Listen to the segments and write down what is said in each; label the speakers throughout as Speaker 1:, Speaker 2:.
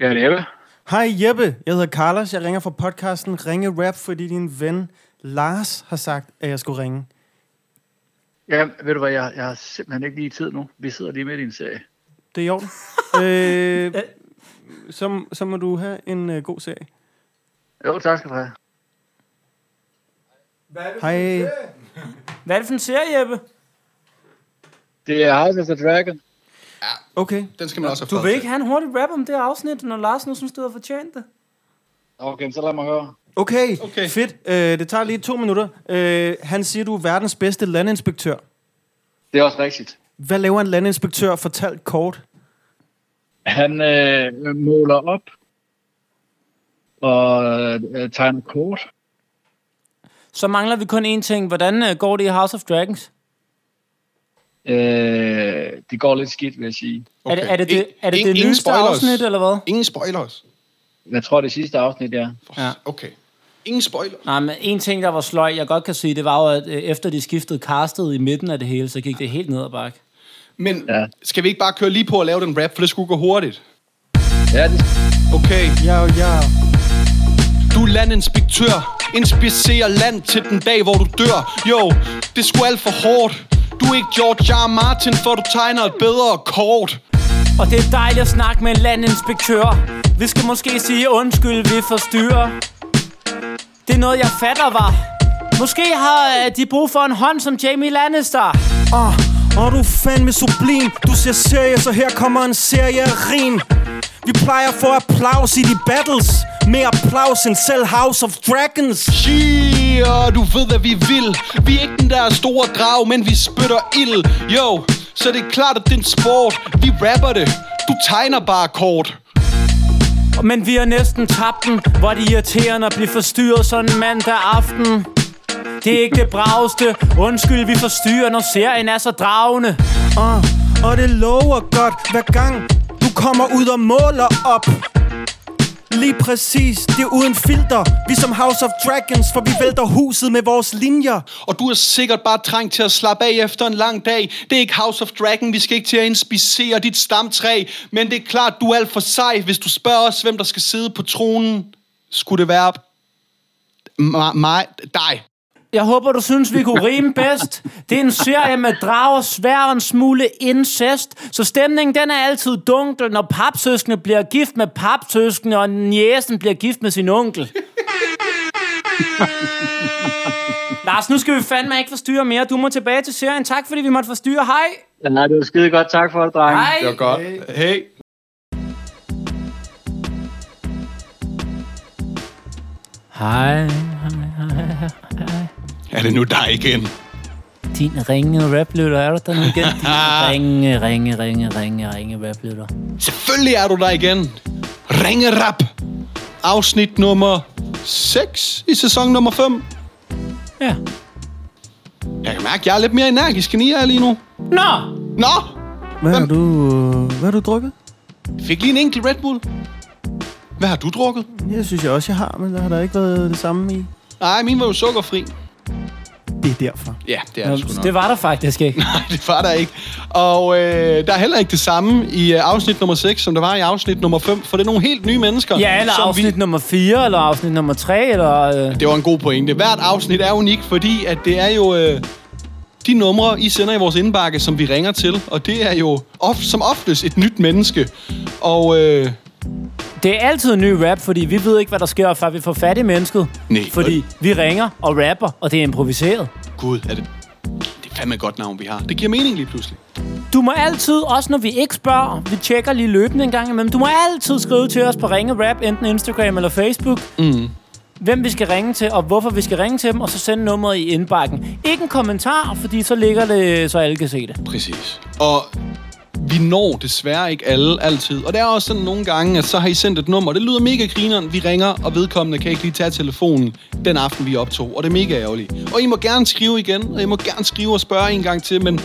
Speaker 1: Ja, det er det.
Speaker 2: Hej Jeppe, jeg hedder Carlos, jeg ringer fra podcasten Ringe Rap, fordi din ven Lars har sagt, at jeg skulle ringe.
Speaker 1: Ja, ved du hvad, jeg, jeg har simpelthen ikke lige tid nu. Vi sidder lige midt i en serie.
Speaker 2: Det er i orden. øh, så, så må du have en øh, god serie.
Speaker 1: Jo, tak skal du have.
Speaker 2: Hej.
Speaker 3: Hvad er det for en serie, Jeppe?
Speaker 1: Det er House of the Dragon.
Speaker 2: Okay.
Speaker 4: Den skal man også have
Speaker 3: Du
Speaker 4: fred
Speaker 3: vil
Speaker 4: til.
Speaker 3: ikke have en hurtig rap om det afsnit, når Lars nu synes, du har fortjent det.
Speaker 1: Okay, så lad mig høre.
Speaker 2: Okay, okay.
Speaker 4: Okay.
Speaker 2: fedt. Øh, det tager lige to minutter. Øh, han siger, du er verdens bedste landinspektør.
Speaker 1: Det er også rigtigt.
Speaker 2: Hvad laver en landinspektør? Fortalt kort.
Speaker 1: Han øh, måler op og øh, tegner kort.
Speaker 3: Så mangler vi kun én ting. Hvordan øh, går det i House of Dragons?
Speaker 1: Øh, det går lidt skidt, vil jeg sige.
Speaker 3: Okay. Er, det- er det det, er det,
Speaker 4: Ingen-
Speaker 3: det
Speaker 4: ingen
Speaker 3: nyeste
Speaker 4: spoilers.
Speaker 3: afsnit, eller hvad?
Speaker 4: Ingen spoilers.
Speaker 1: Jeg tror, det sidste afsnit er.
Speaker 4: Ja. Okay. Ingen spoilers.
Speaker 3: Nej, men en ting, der var sløj, jeg godt kan sige, det var jo, at øh, efter de skiftede castet i midten af det hele, så gik det helt ned ad bakke.
Speaker 4: Men
Speaker 1: Ja.
Speaker 4: ja. skal vi ikke bare køre lige på og lave den rap, for det skulle gå hurtigt?
Speaker 1: Ja, det,
Speaker 4: Okay.
Speaker 2: Ja, ja.
Speaker 4: Du er landinspektør Inspicerer land til den dag, hvor du dør Jo, det er sgu alt for hårdt Du er ikke George R. R. Martin, for du tegner et bedre kort
Speaker 3: Og det er dejligt at snakke med en landinspektør. Vi skal måske sige undskyld, vi forstyrrer. Det er noget, jeg fatter var. Måske har øh, de brug for en hånd som Jamie Lannister.
Speaker 2: Ah, og du er fandme sublim. Du ser serie, så her kommer en serie af rim. Vi plejer at få applaus i de battles. Mere applaus end selv House of Dragons.
Speaker 4: Yeah, du ved hvad vi vil Vi er ikke den der store drag, men vi spytter ild Jo, så det er klart, at det er en sport Vi rapper det Du tegner bare kort
Speaker 3: Men vi har næsten tabt den. Hvor er det irriterende at blive forstyrret sådan en mandag aften. Det er ikke det braveste. Undskyld, vi forstyrrer, når serien er så dragende.
Speaker 2: Ah, og det lover godt hver gang du kommer ud og måler op Lige præcis, det er uden filter Vi som House of Dragons, for vi vælter huset med vores linjer
Speaker 4: Og du er sikkert bare trængt til at slappe af efter en lang dag. Det er ikke House of Dragon, vi skal ikke til at inspicere dit stamtræ. Men det er klart, du er alt for sej, hvis du spørger os, hvem der skal sidde på tronen. Skulle det være mig, mig dig?
Speaker 3: Jeg håber, du synes, vi kunne rime bedst. Det er en serie med drager, svær og en smule incest. Så stemningen den er altid dunkel, når papsøskende bliver gift med papsøskende, og næsen bliver gift med sin onkel. Lars, nu skal vi fandme ikke forstyrre mere. Du må tilbage til serien. Tak, fordi vi måtte forstyrre. Hej.
Speaker 1: ja, det var skide godt. Tak for det, drenge.
Speaker 3: Hej.
Speaker 4: godt. Hey.
Speaker 3: Hej.
Speaker 4: Er det nu dig igen?
Speaker 3: Din ringe raplytter. Er du der nu igen? Din ringe, ringe, ringe, ringe, ringe raplytter.
Speaker 4: Selvfølgelig er du der igen. Ringe rap. Afsnit nummer 6 i sæson nummer 5.
Speaker 3: Ja.
Speaker 4: Jeg kan mærke, at jeg er lidt mere energisk, end I er lige nu.
Speaker 3: Nå,
Speaker 4: Nå,
Speaker 2: Hvad
Speaker 4: har
Speaker 2: du, hvad har du drukket?
Speaker 4: Fik lige en enkelt Red Bull. Hvad har du drukket?
Speaker 3: Mm.
Speaker 2: Jeg synes jeg også, jeg har, men der har der ikke været det samme i
Speaker 4: Nej, min var jo sukkerfri.
Speaker 2: Det er derfor
Speaker 4: Ja, det er
Speaker 3: Nå
Speaker 4: det sgu nok.
Speaker 3: det var der faktisk ikke.
Speaker 4: Nej, det var der ikke. Og øh, der er heller ikke det samme i øh, afsnit nummer 6, som der var i afsnit nummer 5, for det er nogle helt nye mennesker.
Speaker 3: Ja, eller
Speaker 4: som
Speaker 3: afsnit vi... nummer 4, eller afsnit nummer 3, eller... Øh...
Speaker 4: Det var en god pointe. Hvert afsnit er unik, fordi at det er jo øh, de numre, I sender i vores indbakke, som vi ringer til. Og det er jo of, som oftest et nyt menneske. Og øh,
Speaker 3: Det er altid en ny rap, fordi vi ved ikke, hvad der sker, før vi får fat i mennesket.
Speaker 4: Nej.
Speaker 3: Fordi vi ringer og rapper, og det er improviseret.
Speaker 4: gud, er det, det er fandme et godt navn, vi har. Det giver mening lige pludselig.
Speaker 3: Du må altid, også når vi ikke spørger, vi tjekker lige løbende en gang imellem, du må altid skrive til os på Ringe Rap, enten Instagram eller Facebook, mm. hvem vi skal ringe til, og hvorfor vi skal ringe til dem, og så sende nummeret i indbakken. Ikke en kommentar, fordi så ligger det, så alle kan se det.
Speaker 4: Præcis. Og vi når desværre ikke alle altid. Og det er også sådan nogle gange, at så har I sendt et nummer. Det lyder mega grineren. Vi ringer, og vedkommende kan ikke lige tage telefonen den aften, vi optog. Og det er mega ærgerligt. Og I må gerne skrive igen, og I må gerne skrive og spørge en gang til, men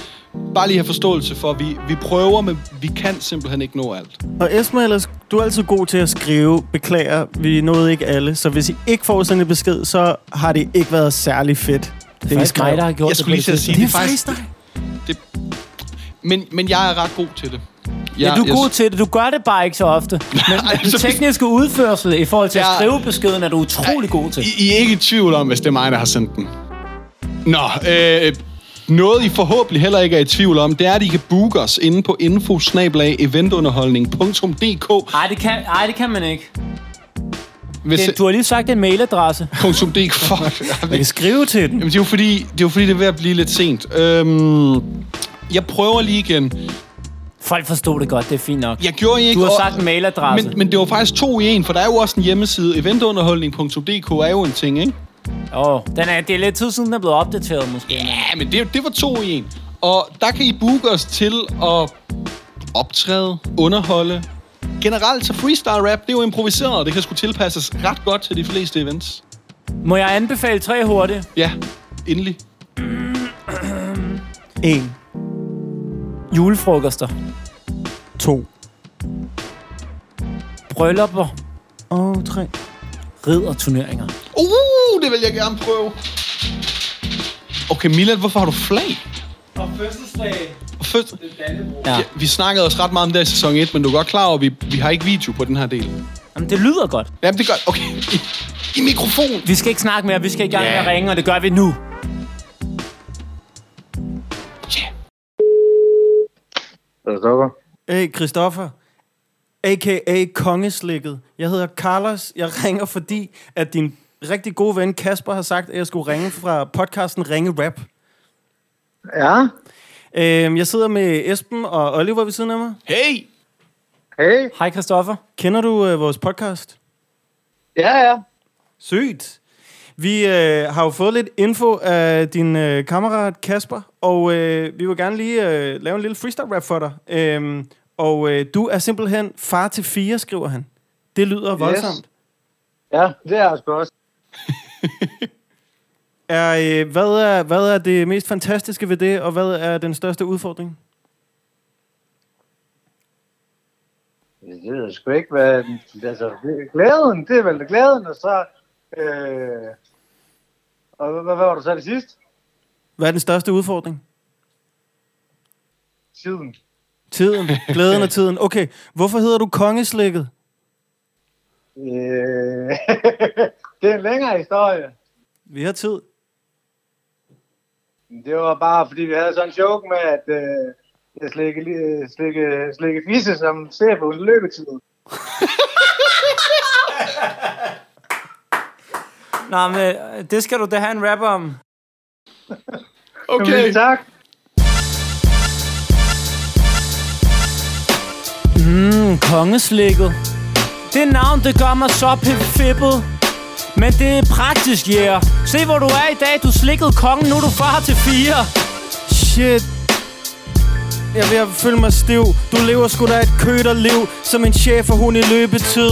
Speaker 4: bare lige have forståelse for, at vi, vi prøver, men vi kan simpelthen ikke nå alt.
Speaker 2: Og Esma, ellers, du er altid god til at skrive Beklager, vi nåede ikke alle Så hvis I ikke får sådan en besked, så har det ikke været særlig fedt Det,
Speaker 3: Det er mig, der har gjort
Speaker 4: Jeg
Speaker 3: det.
Speaker 4: skulle lige til at sige,
Speaker 2: Det er
Speaker 4: faktisk-
Speaker 2: faktisk dig
Speaker 4: Men, men jeg er ret god til det.
Speaker 3: Ja, du er
Speaker 4: jeg-
Speaker 3: god til det. Du gør det bare ikke så ofte. Men
Speaker 4: Nej,
Speaker 3: den
Speaker 4: så-
Speaker 3: tekniske udførsel i forhold til at
Speaker 4: Altså, Ja.
Speaker 3: skrive beskeden, er du utrolig god til.
Speaker 4: I, I er ikke i tvivl om, hvis det er mig, der har sendt den. Nå, øh, noget I forhåbentlig heller ikke er i tvivl om, det er, at I kan booke os inde på infosnabelag.eventunderholdning.dk
Speaker 3: Nej, det kan, ej, det kan man ikke.
Speaker 4: hvis,
Speaker 3: Det, du har lige sagt en mailadresse.
Speaker 4: Punktum .dk, fuck.
Speaker 2: Man kan skrive til den.
Speaker 4: Jamen, det er jo fordi, det er, jo fordi, det er ved at blive lidt sent. Øhm, jeg prøver lige igen.
Speaker 3: Folk forstod det godt, det er fint nok.
Speaker 4: Jeg gjorde I ikke...
Speaker 3: Du har
Speaker 4: og-
Speaker 3: sagt en mailadresse.
Speaker 4: Men, men det var faktisk to i en, for der er jo også en hjemmeside. Eventunderholdning.dk er jo en ting, ikke?
Speaker 3: Åh, den er, det er lidt tid siden, den er blevet opdateret, måske.
Speaker 4: Ja, men det, det var to i en. Og der kan I booke os til at optræde, underholde. Generelt så freestyle rap, det er jo improviseret, og det kan sgu tilpasses ret godt til de fleste events.
Speaker 3: Må jeg anbefale tre hurtigt?
Speaker 4: Ja, endelig.
Speaker 2: En,
Speaker 3: Julefrokoster,
Speaker 2: to
Speaker 3: bryllupper,
Speaker 2: og tre.
Speaker 3: ridderturneringer.
Speaker 4: Uh, det vil jeg gerne prøve. Okay, Milad, hvorfor har du flag? Og fødselsdag. Fødsel...
Speaker 3: Ja.
Speaker 4: Ja, vi snakkede også ret meget om det i sæson 1, men du er godt klar over, at vi, vi har ikke video på den her del.
Speaker 3: Jamen, det lyder godt.
Speaker 4: Jamen, det gør... Okay, i, i mikrofon.
Speaker 3: Vi skal ikke snakke mere, vi skal i gang
Speaker 4: Ja.
Speaker 3: med at ringe, og det gør vi nu.
Speaker 4: Yeah.
Speaker 1: Christoffer?
Speaker 2: Hey, Christoffer. A.k.a. Kongeslikket. Jeg hedder Carlos. Jeg ringer, fordi at din rigtig gode ven Kasper har sagt, at jeg skulle ringe fra podcasten Ringe Rap.
Speaker 1: Ja?
Speaker 2: Øhm, jeg sidder med Esben og Oliver ved siden af mig.
Speaker 4: Hey!
Speaker 1: Hey?
Speaker 3: Hej, Christoffer.
Speaker 2: Kender du øh, vores podcast?
Speaker 1: Ja, ja.
Speaker 2: Sygt. Vi øh, har jo fået lidt info af din øh, kammerat Kasper, og øh, vi vil gerne lige øh, lave en lille freestyle rap for dig. Øhm, og øh, du er simpelthen far til fire, skriver han. Det lyder yes. voldsomt.
Speaker 1: Ja, det er jeg sgu også.
Speaker 2: Er, øh, hvad, er, hvad er det mest fantastiske ved det, og hvad er den største udfordring?
Speaker 1: Det ved jeg sgu ikke, hvad... Altså, glæden, det er vel glæden, og så... Øh, og hvad, hvad var du så det sidste?
Speaker 2: Hvad er den største udfordring?
Speaker 1: Tiden.
Speaker 2: Tiden. Glæden og tiden. Okay, hvorfor hedder du kongeslægget?
Speaker 1: Øh, det er en længere historie.
Speaker 2: Vi har tid.
Speaker 1: Det var bare, fordi vi havde sådan en joke med, at øh, jeg slikke, li- slikke, slikke fisse som ser på en løbetid.
Speaker 3: Nå, men øh, det skal du da have en rap om.
Speaker 4: Okay.
Speaker 1: Tak.
Speaker 3: Mm, kongeslikket. Det navn, det gør mig så pipfippet. Men det er praktisk, yeah. Se, hvor du er i dag. Du slikkede kongen, nu er du far til fire.
Speaker 2: Shit. Jeg er ved at føle mig stiv. Du lever sgu da et køderliv, som en chef og hun i løbetid.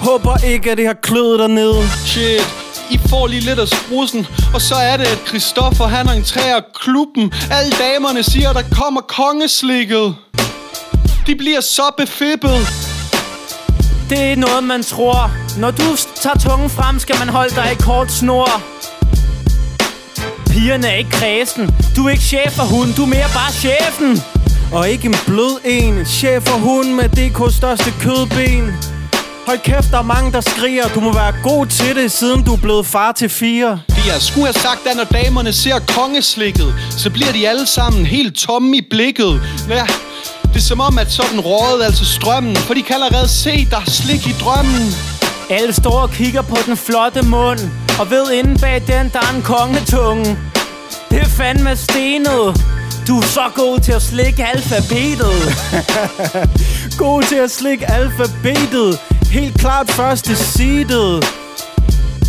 Speaker 2: Håber ikke, at det har kløet dig ned.
Speaker 4: Shit. I får lige lidt af sprussen, og så er det, at Christoffer han entrerer klubben. Alle damerne siger, at der kommer kongeslikket. De bliver så befippet.
Speaker 3: Det er ikke noget, man tror. Når du s- tager tungen frem, skal man holde dig i kort snor. Pigerne er ikke kredsen. Du er ikke chef for hun, du er mere bare chefen.
Speaker 2: Og ikke en blød en. Chef og hun med DK's største kødben. Hold kæft, der er mange, der skriger. Du må være god til det, siden du er blevet far til fire.
Speaker 4: Det jeg skulle have sagt, er, når damerne ser kongeslikket, så bliver de alle sammen helt tomme i blikket. Ja, det er som om, at sådan rådet altså strømmen, for de kan allerede se, der er slik i drømmen.
Speaker 3: Alle står og kigger på den flotte mund Og ved inden bag den, der er en kongetunge Det er fandme stenet Du er så god til at slikke alfabetet
Speaker 2: God til at slikke alfabetet. Helt klart første seedet.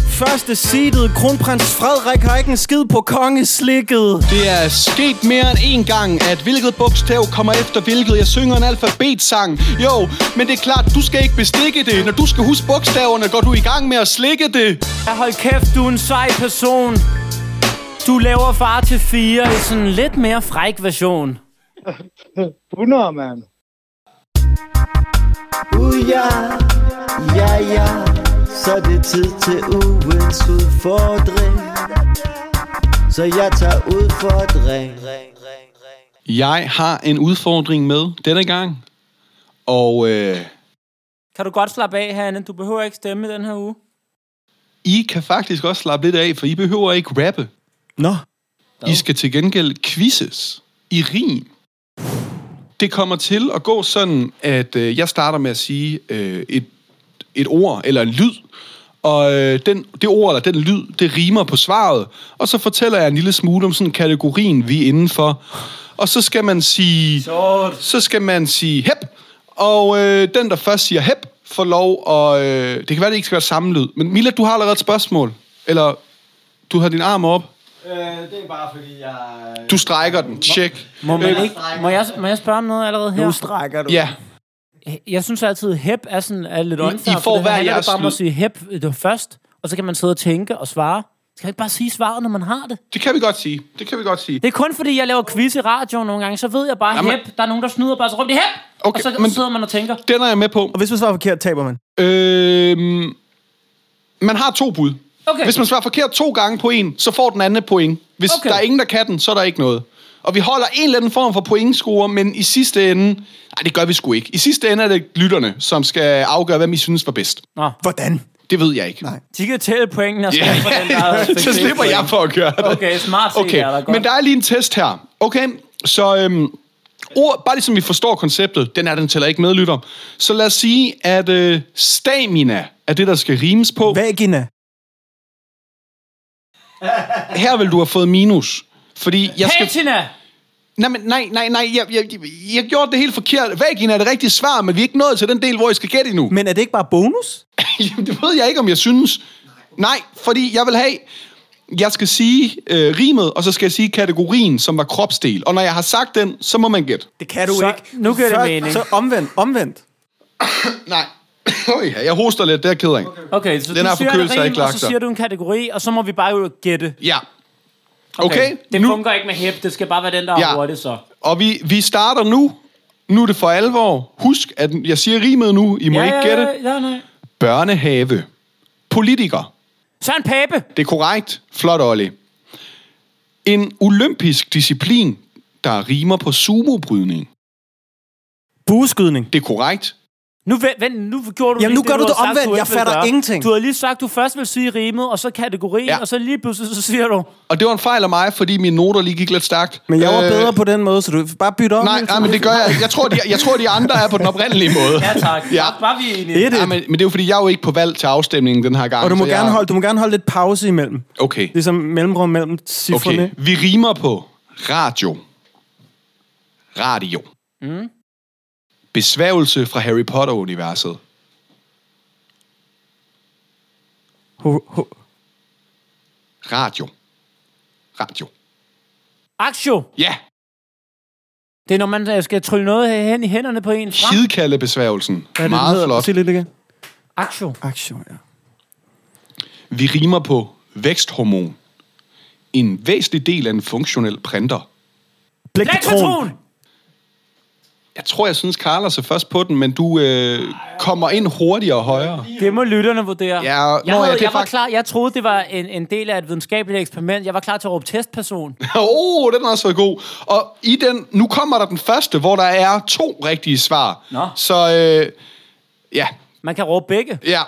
Speaker 2: Første seedet. Kronprins Frederik har ikke en skid på kongeslikket.
Speaker 4: Det er sket mere end en gang, at hvilket bogstav kommer efter hvilket. Jeg synger en alfabetsang. Jo, men det er klart, du skal ikke bestikke det. Når du skal huske bogstaverne, går du i gang med at slikke det.
Speaker 3: Ja, hold kæft, du er en sej person Du laver far til fire i sådan en lidt mere fræk version
Speaker 1: 100, mand.
Speaker 5: Uh, ja, ja, ja, så er det tid til ugens udfordring. Så jeg tager udfordring.
Speaker 4: Jeg har en udfordring med denne gang. Og øh,
Speaker 3: Kan du godt slappe af, Hanne? Du behøver ikke stemme den her uge.
Speaker 4: I kan faktisk også slappe lidt af, for I behøver ikke rappe.
Speaker 2: Nå,
Speaker 4: I skal til gengæld quizzes i rim. Det kommer til at gå sådan, at øh, jeg starter med at sige øh, et, et ord eller en lyd, og øh, den, det ord eller den lyd, det rimer på svaret, og så fortæller jeg en lille smule om sådan kategorien, vi er indenfor. Og så skal man sige...
Speaker 2: Sort.
Speaker 4: Så skal man sige hep, og øh, den, der først siger hep, får lov, og øh, det kan være, det ikke skal være samme lyd. Men Mila, du har allerede et spørgsmål, eller du har din arm op.
Speaker 5: det er bare fordi, jeg...
Speaker 4: Du strækker den. Tjek.
Speaker 3: Må, man
Speaker 4: Øh,
Speaker 3: ikke, må, jeg, må jeg spørge om noget allerede her?
Speaker 2: nu strækker du.
Speaker 4: Ja.
Speaker 3: Jeg synes altid, hep er, sådan, er lidt åndfærd.
Speaker 4: får hver
Speaker 3: jeres
Speaker 4: jeres
Speaker 3: bare om
Speaker 4: lyd.
Speaker 3: at sige hep øh, først, og så kan man sidde og tænke og svare. Skal jeg ikke bare sige svaret, når man har det?
Speaker 4: Det kan vi godt sige. Det kan vi godt sige.
Speaker 3: Det er kun fordi, jeg laver quiz i radioen nogle gange, så ved jeg bare,
Speaker 4: Jamen-
Speaker 3: hep, der er nogen, der snyder bare så rundt i hep, og
Speaker 4: Okay,
Speaker 3: så
Speaker 4: men-
Speaker 3: sidder man og tænker.
Speaker 4: Den er jeg med på.
Speaker 2: Og hvis man svarer forkert, taber man.
Speaker 4: Øhm, man har to bud.
Speaker 3: Okay.
Speaker 4: Hvis man svarer forkert to gange på en, så får den anden et point. Hvis
Speaker 3: Okay.
Speaker 4: okay. der er ingen, der kan den, så er der ikke noget. Og vi holder en eller anden form for pointscore, men i sidste ende... Nej, det gør vi sgu ikke. I sidste ende er det lytterne, som skal afgøre, hvem I synes var bedst.
Speaker 2: Hvordan?
Speaker 4: Det ved jeg ikke.
Speaker 2: Nej.
Speaker 3: De kan tælle pointene og
Speaker 4: Ja,
Speaker 3: yeah. den der
Speaker 4: så slipper jeg for at gøre det.
Speaker 3: Okay, smart set
Speaker 4: Okay,
Speaker 3: er der godt.
Speaker 4: men der er lige en test her. Okay, så øhm, ord, bare ligesom vi forstår konceptet, den er den tæller ikke med, lytter. Så lad os sige, at øh, stamina er det, der skal rimes på. Hvad?
Speaker 2: Vagina.
Speaker 4: Her vil du have fået minus. Fordi jeg skal...
Speaker 3: Patina!
Speaker 4: Nej, men, nej, nej, nej, jeg, jeg, jeg, jeg gjorde det helt forkert. Vagina er det rigtige svar, men vi er ikke nået til den del, hvor I skal gætte endnu.
Speaker 2: Men er det ikke bare bonus?
Speaker 4: Jamen, det ved jeg ikke, om jeg synes. Nej, fordi jeg vil have... Jeg skal sige øh, rimet, og så skal jeg sige kategorien, som var kropsdel. Og når jeg har sagt den, så må man gætte.
Speaker 2: Det kan du
Speaker 3: Så-
Speaker 2: ikke.
Speaker 3: nu giver det
Speaker 2: Først-
Speaker 3: mening.
Speaker 2: Så omvendt, omvendt.
Speaker 4: Nej. Øj, jeg hoster lidt, det er jeg ked af. Okay.
Speaker 3: Okay, så
Speaker 4: Den
Speaker 3: du
Speaker 4: her
Speaker 3: siger
Speaker 4: forkølelse
Speaker 3: et
Speaker 4: har
Speaker 3: rim,
Speaker 4: ikke
Speaker 3: og
Speaker 4: lagt
Speaker 3: så
Speaker 4: sig.
Speaker 3: siger du en kategori, og så må vi bare jo gætte.
Speaker 4: Ja. Okay, okay.
Speaker 3: Det
Speaker 4: nu,
Speaker 3: fungerer ikke med hep, det skal bare være den, der ja. er
Speaker 4: Ja.
Speaker 3: hurtig, så.
Speaker 4: og vi, vi starter nu. Nu er det for alvor. Husk, at jeg siger rimet nu. I må ja, ikke gætte. Ja, ja.
Speaker 3: ja, nej.
Speaker 4: Børnehave. Politiker.
Speaker 3: Søren Pape!
Speaker 4: Det er korrekt. Flot, Olli. En olympisk disciplin, der rimer på sumobrydning.
Speaker 2: Bueskydning.
Speaker 4: Det er korrekt.
Speaker 3: Nu, vent, vent, nu gjorde du
Speaker 2: Jamen, nu
Speaker 3: lige
Speaker 2: gør du
Speaker 3: har
Speaker 2: det
Speaker 3: sagt,
Speaker 2: omvendt.
Speaker 3: ikke
Speaker 2: Jeg
Speaker 3: ville
Speaker 2: fatter
Speaker 3: gøre.
Speaker 2: ingenting.
Speaker 3: Du har lige sagt, du først vil sige rimet, og så kategorien, ja.
Speaker 4: Ja.
Speaker 3: og så lige pludselig så siger du...
Speaker 4: Og det var en fejl af mig, fordi mine noter lige gik lidt stærkt.
Speaker 2: Men jeg var
Speaker 4: Øh,
Speaker 2: bedre på den måde, så du bare bytte om.
Speaker 4: Nej,
Speaker 2: hele
Speaker 4: nej,
Speaker 2: tiden.
Speaker 4: men det gør jeg ikke. Jeg tror, de, jeg tror, de andre er på den oprindelige måde.
Speaker 3: Ja, tak.
Speaker 4: Ja.
Speaker 3: Var- Var vi enige?
Speaker 2: Det er det.
Speaker 4: Ja, men, men det er jo fordi, jeg er jo ikke på valg til afstemningen den her gang.
Speaker 2: Og du må,
Speaker 4: så
Speaker 2: gerne
Speaker 4: jeg...
Speaker 2: holde, du må gerne holde lidt pause imellem.
Speaker 4: Okay,
Speaker 2: Ligesom mellemrum mellem cifrene.
Speaker 4: okay. Vi rimer på radio. Radio. Mm. Besvævelse fra Harry Potter-universet.
Speaker 2: Ho- ho-
Speaker 4: Radio. Radio.
Speaker 3: Aktio!
Speaker 4: Ja,
Speaker 3: Det er, når man øh, skal trylle noget hen i hænderne på en. Frem.
Speaker 4: hidkaldebesvævelsen.
Speaker 2: Hvad er det, den
Speaker 4: Meget
Speaker 2: hedder?
Speaker 4: flot.
Speaker 2: Sig lidt igen.
Speaker 3: Aktio.
Speaker 2: Aktion, ja.
Speaker 4: Vi rimer på væksthormon. En væsentlig del af en funktionel printer.
Speaker 2: Blækkatron.
Speaker 3: Elektron!
Speaker 4: Jeg tror, jeg synes, Carlos er først på den, men du øh, kommer ind hurtigere og højere.
Speaker 3: Det må lytterne vurdere.
Speaker 4: Ja,
Speaker 3: jeg,
Speaker 4: nå, ja,
Speaker 3: havde,
Speaker 4: det er
Speaker 3: jeg, var
Speaker 4: fakt-
Speaker 3: klar, jeg troede, det var en, en del af et videnskabeligt eksperiment. Jeg var klar til at råbe testperson.
Speaker 4: Åh, oh, den har også været god. Og i den, nu kommer der den første, hvor der er to rigtige svar.
Speaker 3: Nå.
Speaker 4: Så øh, ja,
Speaker 3: Man kan råbe begge.
Speaker 4: ja.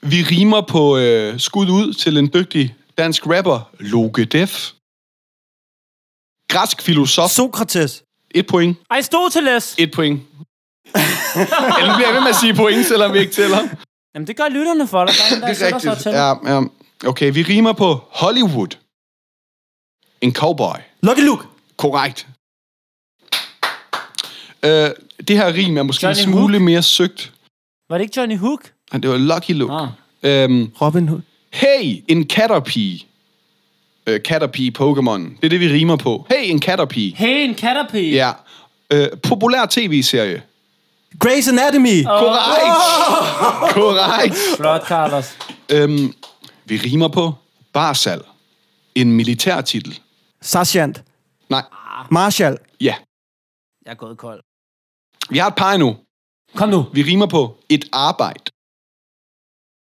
Speaker 4: Vi rimer på øh, skud ud til en dygtig dansk rapper, Loke Def. Græsk filosof.
Speaker 2: Sokrates.
Speaker 4: Et point.
Speaker 3: Aristoteles!
Speaker 4: Et point. Eller nu bliver jeg ved med at sige point, selvom vi ikke tæller.
Speaker 3: Jamen, det gør lytterne for dig. Der er en, der sætter sig til.
Speaker 4: Ja, ja. Okay, vi rimer på Hollywood. En cowboy.
Speaker 2: Lucky Luke.
Speaker 4: Korrekt. Øh, det her rim er måske
Speaker 3: Johnny
Speaker 4: en smule mere søgt.
Speaker 3: Var det ikke Johnny Hook?
Speaker 4: Ah, Det var Lucky Luke.
Speaker 3: Ah.
Speaker 4: Øhm,
Speaker 2: Robin Hood.
Speaker 4: hey, en katterpige. Øh, katterpige Pokémon. Det er det, vi rimer på. Hey, en katterpige.
Speaker 3: Hey, en katterpige.
Speaker 4: Ja. Øh, populær tv-serie.
Speaker 2: Grey's Anatomy.
Speaker 4: Korrekt. Korrekt.
Speaker 3: Flot, Carlos.
Speaker 4: Øhm, vi rimer på barsal. En militærtitel.
Speaker 2: Sergeant.
Speaker 4: Nej,
Speaker 2: Marshall.
Speaker 4: ja.
Speaker 3: Jeg er gået kold.
Speaker 4: Vi har et par endnu.
Speaker 3: Kom nu.
Speaker 4: Vi rimer på et arbejde.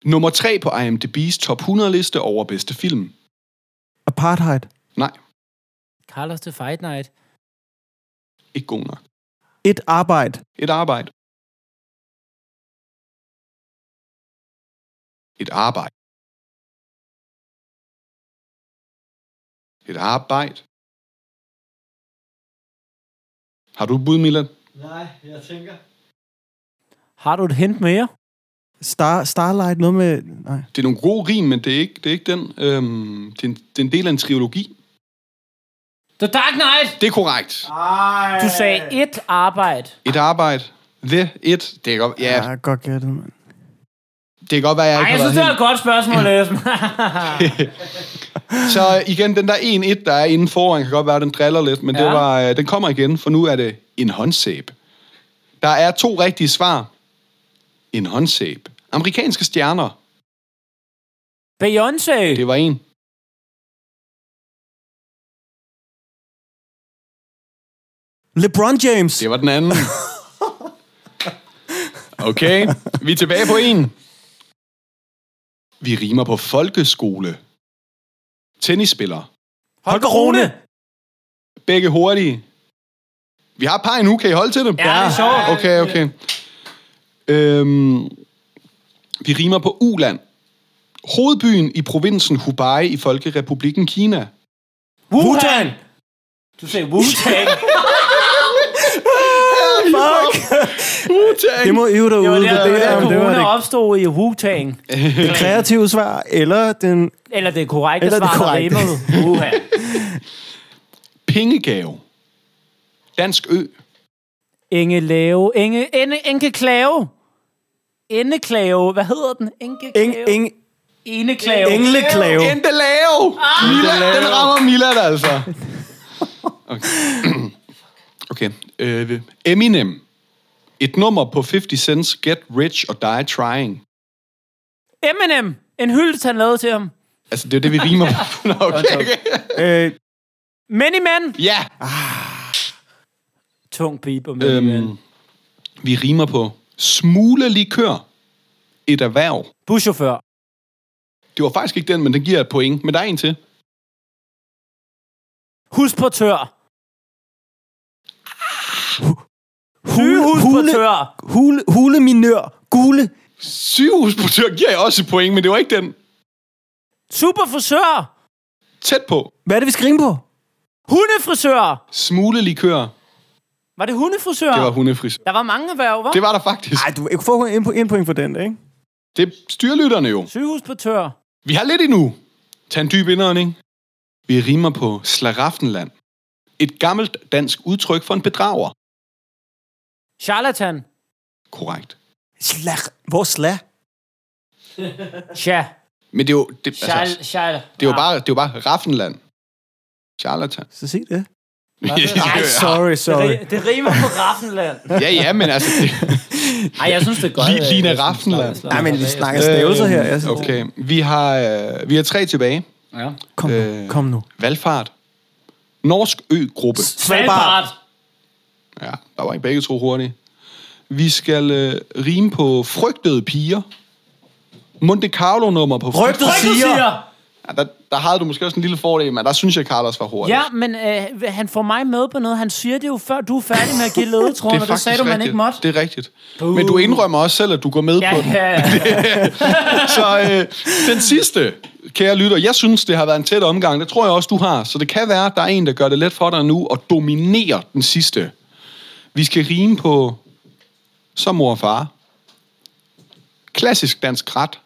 Speaker 4: Nummer 3 på IMDb's top 100 liste over bedste film.
Speaker 2: Apartheid.
Speaker 4: Nej,
Speaker 3: Carlos til Fight Night.
Speaker 4: ikke god nok.
Speaker 2: Et arbejde.
Speaker 4: Et arbejde. Et arbejde. Et arbejde. Har du et bud, Milan?
Speaker 5: Nej, jeg tænker.
Speaker 3: Har du et hint mere?
Speaker 2: Star, Starlight, noget med... Nej.
Speaker 4: Det er nogle gode rim, men det er ikke, det er ikke den. Øhm, det, er en, det er en del af en trilogi.
Speaker 3: The Dark Knight!
Speaker 4: Det er korrekt.
Speaker 3: Du sagde et arbejde.
Speaker 4: Et arbejde. The et. Det kan godt, ja,
Speaker 2: Ja, jeg kan godt gættet, mand.
Speaker 4: det kan godt være, jeg
Speaker 3: Ej,
Speaker 4: ikke
Speaker 3: jeg
Speaker 4: har
Speaker 3: synes, det var
Speaker 4: været
Speaker 3: et godt spørgsmål, Esben.
Speaker 4: helt. Så igen, den der 1-1, der er inden foran, kan godt være, den driller lidt, men ja. det
Speaker 3: Ja.
Speaker 4: var, øh, den kommer igen, for nu er det en håndsæbe. Der er to rigtige svar. En håndsæbe. Amerikanske stjerner.
Speaker 3: Beyoncé.
Speaker 4: Det var en.
Speaker 2: LeBron James.
Speaker 4: Det var den anden. Okay, vi er tilbage på en. Vi rimer på folkeskole. Tennisspiller.
Speaker 2: Holger Rune.
Speaker 4: Begge hurtige. Vi har et par endnu, kan I holde til dem?
Speaker 3: Ja, det er sjovt.
Speaker 4: Okay, okay. Øhm, vi rimer på Uland. Hovedbyen i provinsen Hubei i Folkerepubliken Kina.
Speaker 2: Wutan.
Speaker 3: Du sagde Wu-Tang.
Speaker 2: Fuck. Det
Speaker 4: Wu-Tang!
Speaker 2: må øve derude.
Speaker 3: Det var
Speaker 2: Det
Speaker 3: der,
Speaker 2: var det,
Speaker 3: der
Speaker 2: der, det var
Speaker 3: corona
Speaker 2: det
Speaker 3: opstod i Wu-Tang.
Speaker 2: det kreative svar, eller den...
Speaker 3: Eller det korrekte
Speaker 2: Eller
Speaker 3: Eller
Speaker 2: det
Speaker 3: svar, der
Speaker 2: korrekte.
Speaker 3: rimede. Wuhan.
Speaker 4: Pengegave. Dansk ø.
Speaker 3: Inge Lave. Inge, Enge, Enke Klave. Endeklave. Hvad hedder den? Enke
Speaker 2: Eng,
Speaker 3: Klave.
Speaker 2: eng,
Speaker 3: Eneklave.
Speaker 2: engleklave.
Speaker 4: Endte lave!
Speaker 3: Ah!
Speaker 4: Mila, den rammer Mila da altså. Okay. okay. Øh, Eminem. Et nummer på 50 Cent's Get Rich or Die Trying.
Speaker 3: Eminem. En hyldest, han lavede til ham.
Speaker 4: Altså, det er jo det, vi rimer på. Nå, okay, okay.
Speaker 2: Øh,
Speaker 3: Many Men.
Speaker 4: Ja.
Speaker 3: Tung pipe og Many Men.
Speaker 4: Øhm, vi rimer på smule likør. Et erhverv.
Speaker 3: Buschauffør.
Speaker 4: Det var faktisk ikke den, men den giver et point. Men der er en til.
Speaker 3: Husportør.
Speaker 2: hule, hule,
Speaker 3: Husportør.
Speaker 2: hule, huleminør. Gule.
Speaker 4: Sygehusportør giver jeg også et point, men det var ikke den.
Speaker 3: Superfrisør.
Speaker 4: Tæt på.
Speaker 2: Hvad er det, vi skal rime på?
Speaker 3: Hundefrisør.
Speaker 4: Smule likør.
Speaker 3: Var det hundefrisør?
Speaker 4: Det var hundefrisør.
Speaker 3: Der var mange erhverv, hva'?
Speaker 4: Det var der faktisk.
Speaker 2: Ej, du får en, po- en point for den, ikke?
Speaker 4: Det er styrlytterne jo.
Speaker 3: Sygehusportør.
Speaker 4: Vi har lidt endnu. Tag en dyb indånding. Vi rimer på Slaraffenland. Et gammelt dansk udtryk for en bedrager.
Speaker 3: Charlatan.
Speaker 4: Korrekt.
Speaker 2: Slag. Hvor slag?
Speaker 3: Tja.
Speaker 4: Men det er jo, det, altså,
Speaker 3: Charl, Charl.
Speaker 4: det er jo bare, det er jo bare Raffenland. Charlatan.
Speaker 2: Så sig det.
Speaker 4: Nej,
Speaker 2: Ej, sorry, sorry.
Speaker 3: Det, det rimer på Raffenland.
Speaker 4: Ja, ja, men altså... Det,
Speaker 3: Ej, jeg synes, det er godt. øh,
Speaker 4: Li- Lina
Speaker 3: Jeg synes,
Speaker 4: Raffenland.
Speaker 3: slag- slag-
Speaker 2: Nej, men vi
Speaker 3: slag-
Speaker 2: snakker stavelser her. Jeg synes,
Speaker 4: Øhm, okay, vi har, øh, vi har tre tilbage.
Speaker 3: Ja.
Speaker 2: Kom nu.
Speaker 4: Øh.
Speaker 2: Kom nu.
Speaker 4: Valfart. Norsk Ø-gruppe.
Speaker 3: Svalbard.
Speaker 4: Ja, der var ikke begge to hurtige. Vi skal øh, rime på frygtede piger. Monte Carlo-nummer på...
Speaker 2: Rygtet siger.
Speaker 3: Siger.
Speaker 4: Ja, der, der havde du måske også en lille fordel, men der synes jeg, Carlos var hurtig.
Speaker 3: Ja, men øh, han får mig med på noget. Han siger det jo, før du er færdig med at give ledetråden, og det sagde du, man
Speaker 4: rigtigt.
Speaker 3: ikke måtte.
Speaker 4: Det er rigtigt. Men du indrømmer også selv, at du går med
Speaker 3: Ja,
Speaker 4: på den.
Speaker 3: ja, ja.
Speaker 4: Så øh, den sidste, kære lytter, jeg synes, det har været en tæt omgang. Det tror jeg også, du har. Så det kan være, at der er en, der gør det let for dig nu og dominerer den sidste. Vi skal rime på som mor og far. Klassisk dansk ret.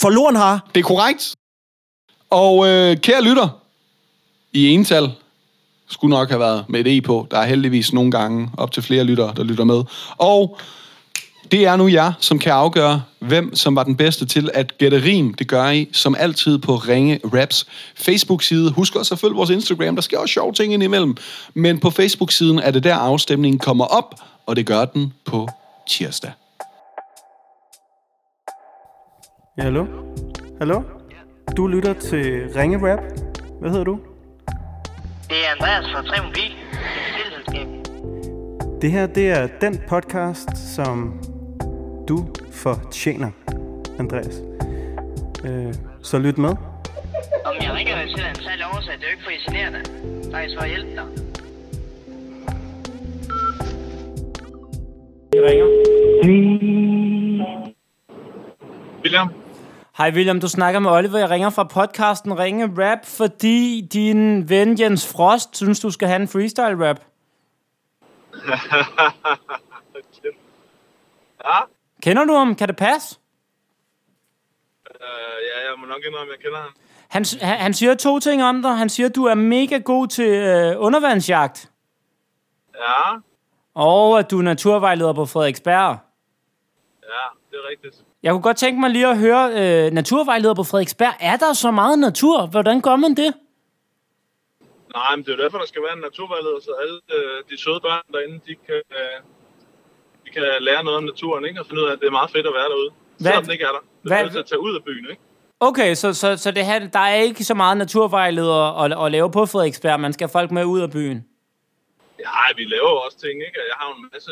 Speaker 2: Forloren har.
Speaker 4: Det er korrekt. Og øh, kære lytter, i ental skulle nok have været med et E på. Der er heldigvis nogle gange op til flere lyttere, der lytter med. Og det er nu jer, som kan afgøre, hvem som var den bedste til at gætte rim. Det gør I som altid på Ringe Raps Facebook-side. Husk også at følge vores Instagram. Der sker også sjove ting indimellem. Men på Facebook-siden er det der afstemningen kommer op, og det gør den på tirsdag.
Speaker 2: Ja, hallo? Hallo? Du lytter til Ringe Rap. Hvad hedder du?
Speaker 6: Det er Andreas fra Trem Vi, Stilleselskab.
Speaker 2: Det her, det er den podcast, som du fortjener, Andreas. Øh, så lyt med.
Speaker 6: Og Jamen, jeg ringer jo til dig selv over, så du ikke får isoleret dig. Faktisk for at hjælpe dig.
Speaker 3: Vi ringer.
Speaker 7: William?
Speaker 3: Hej William, du snakker med Oliver. Jeg ringer fra podcasten Ringe Rap, fordi din ven Jens Frost synes, du skal have en freestyle rap.
Speaker 7: ja,
Speaker 3: Kender du ham? Kan det passe?
Speaker 7: øh, ja, jeg må nok indrømme, jeg kender ham.
Speaker 3: Han, s- han, han siger to ting om dig. Han siger, at du er mega god til øh, undervandsjagt,
Speaker 7: Ja,
Speaker 3: og at du er naturvejleder på Frederiksberg.
Speaker 7: ja, det er rigtigt.
Speaker 3: Jeg kunne godt tænke mig lige at høre, øh, naturvejleder på Frederiksberg, er der så meget natur? Hvordan gør man det?
Speaker 7: Nej, men det er jo derfor, der skal være en naturvejleder, så alle øh, de søde børn derinde, de kan, øh, de kan lære noget om naturen, ikke? Og finde ud af, at det er meget fedt at være derude.
Speaker 3: Hvad-
Speaker 7: Selvom den ikke er der. Du
Speaker 3: hvad-
Speaker 7: er nødt til at tage ud af byen, ikke?
Speaker 3: Okay, så, så, så det her, der er ikke så meget naturvejleder at, at lave på Frederiksberg. Man skal have folk med ud af byen.
Speaker 7: Ja, vi laver jo også ting, ikke? Og Jeg har jo en masse...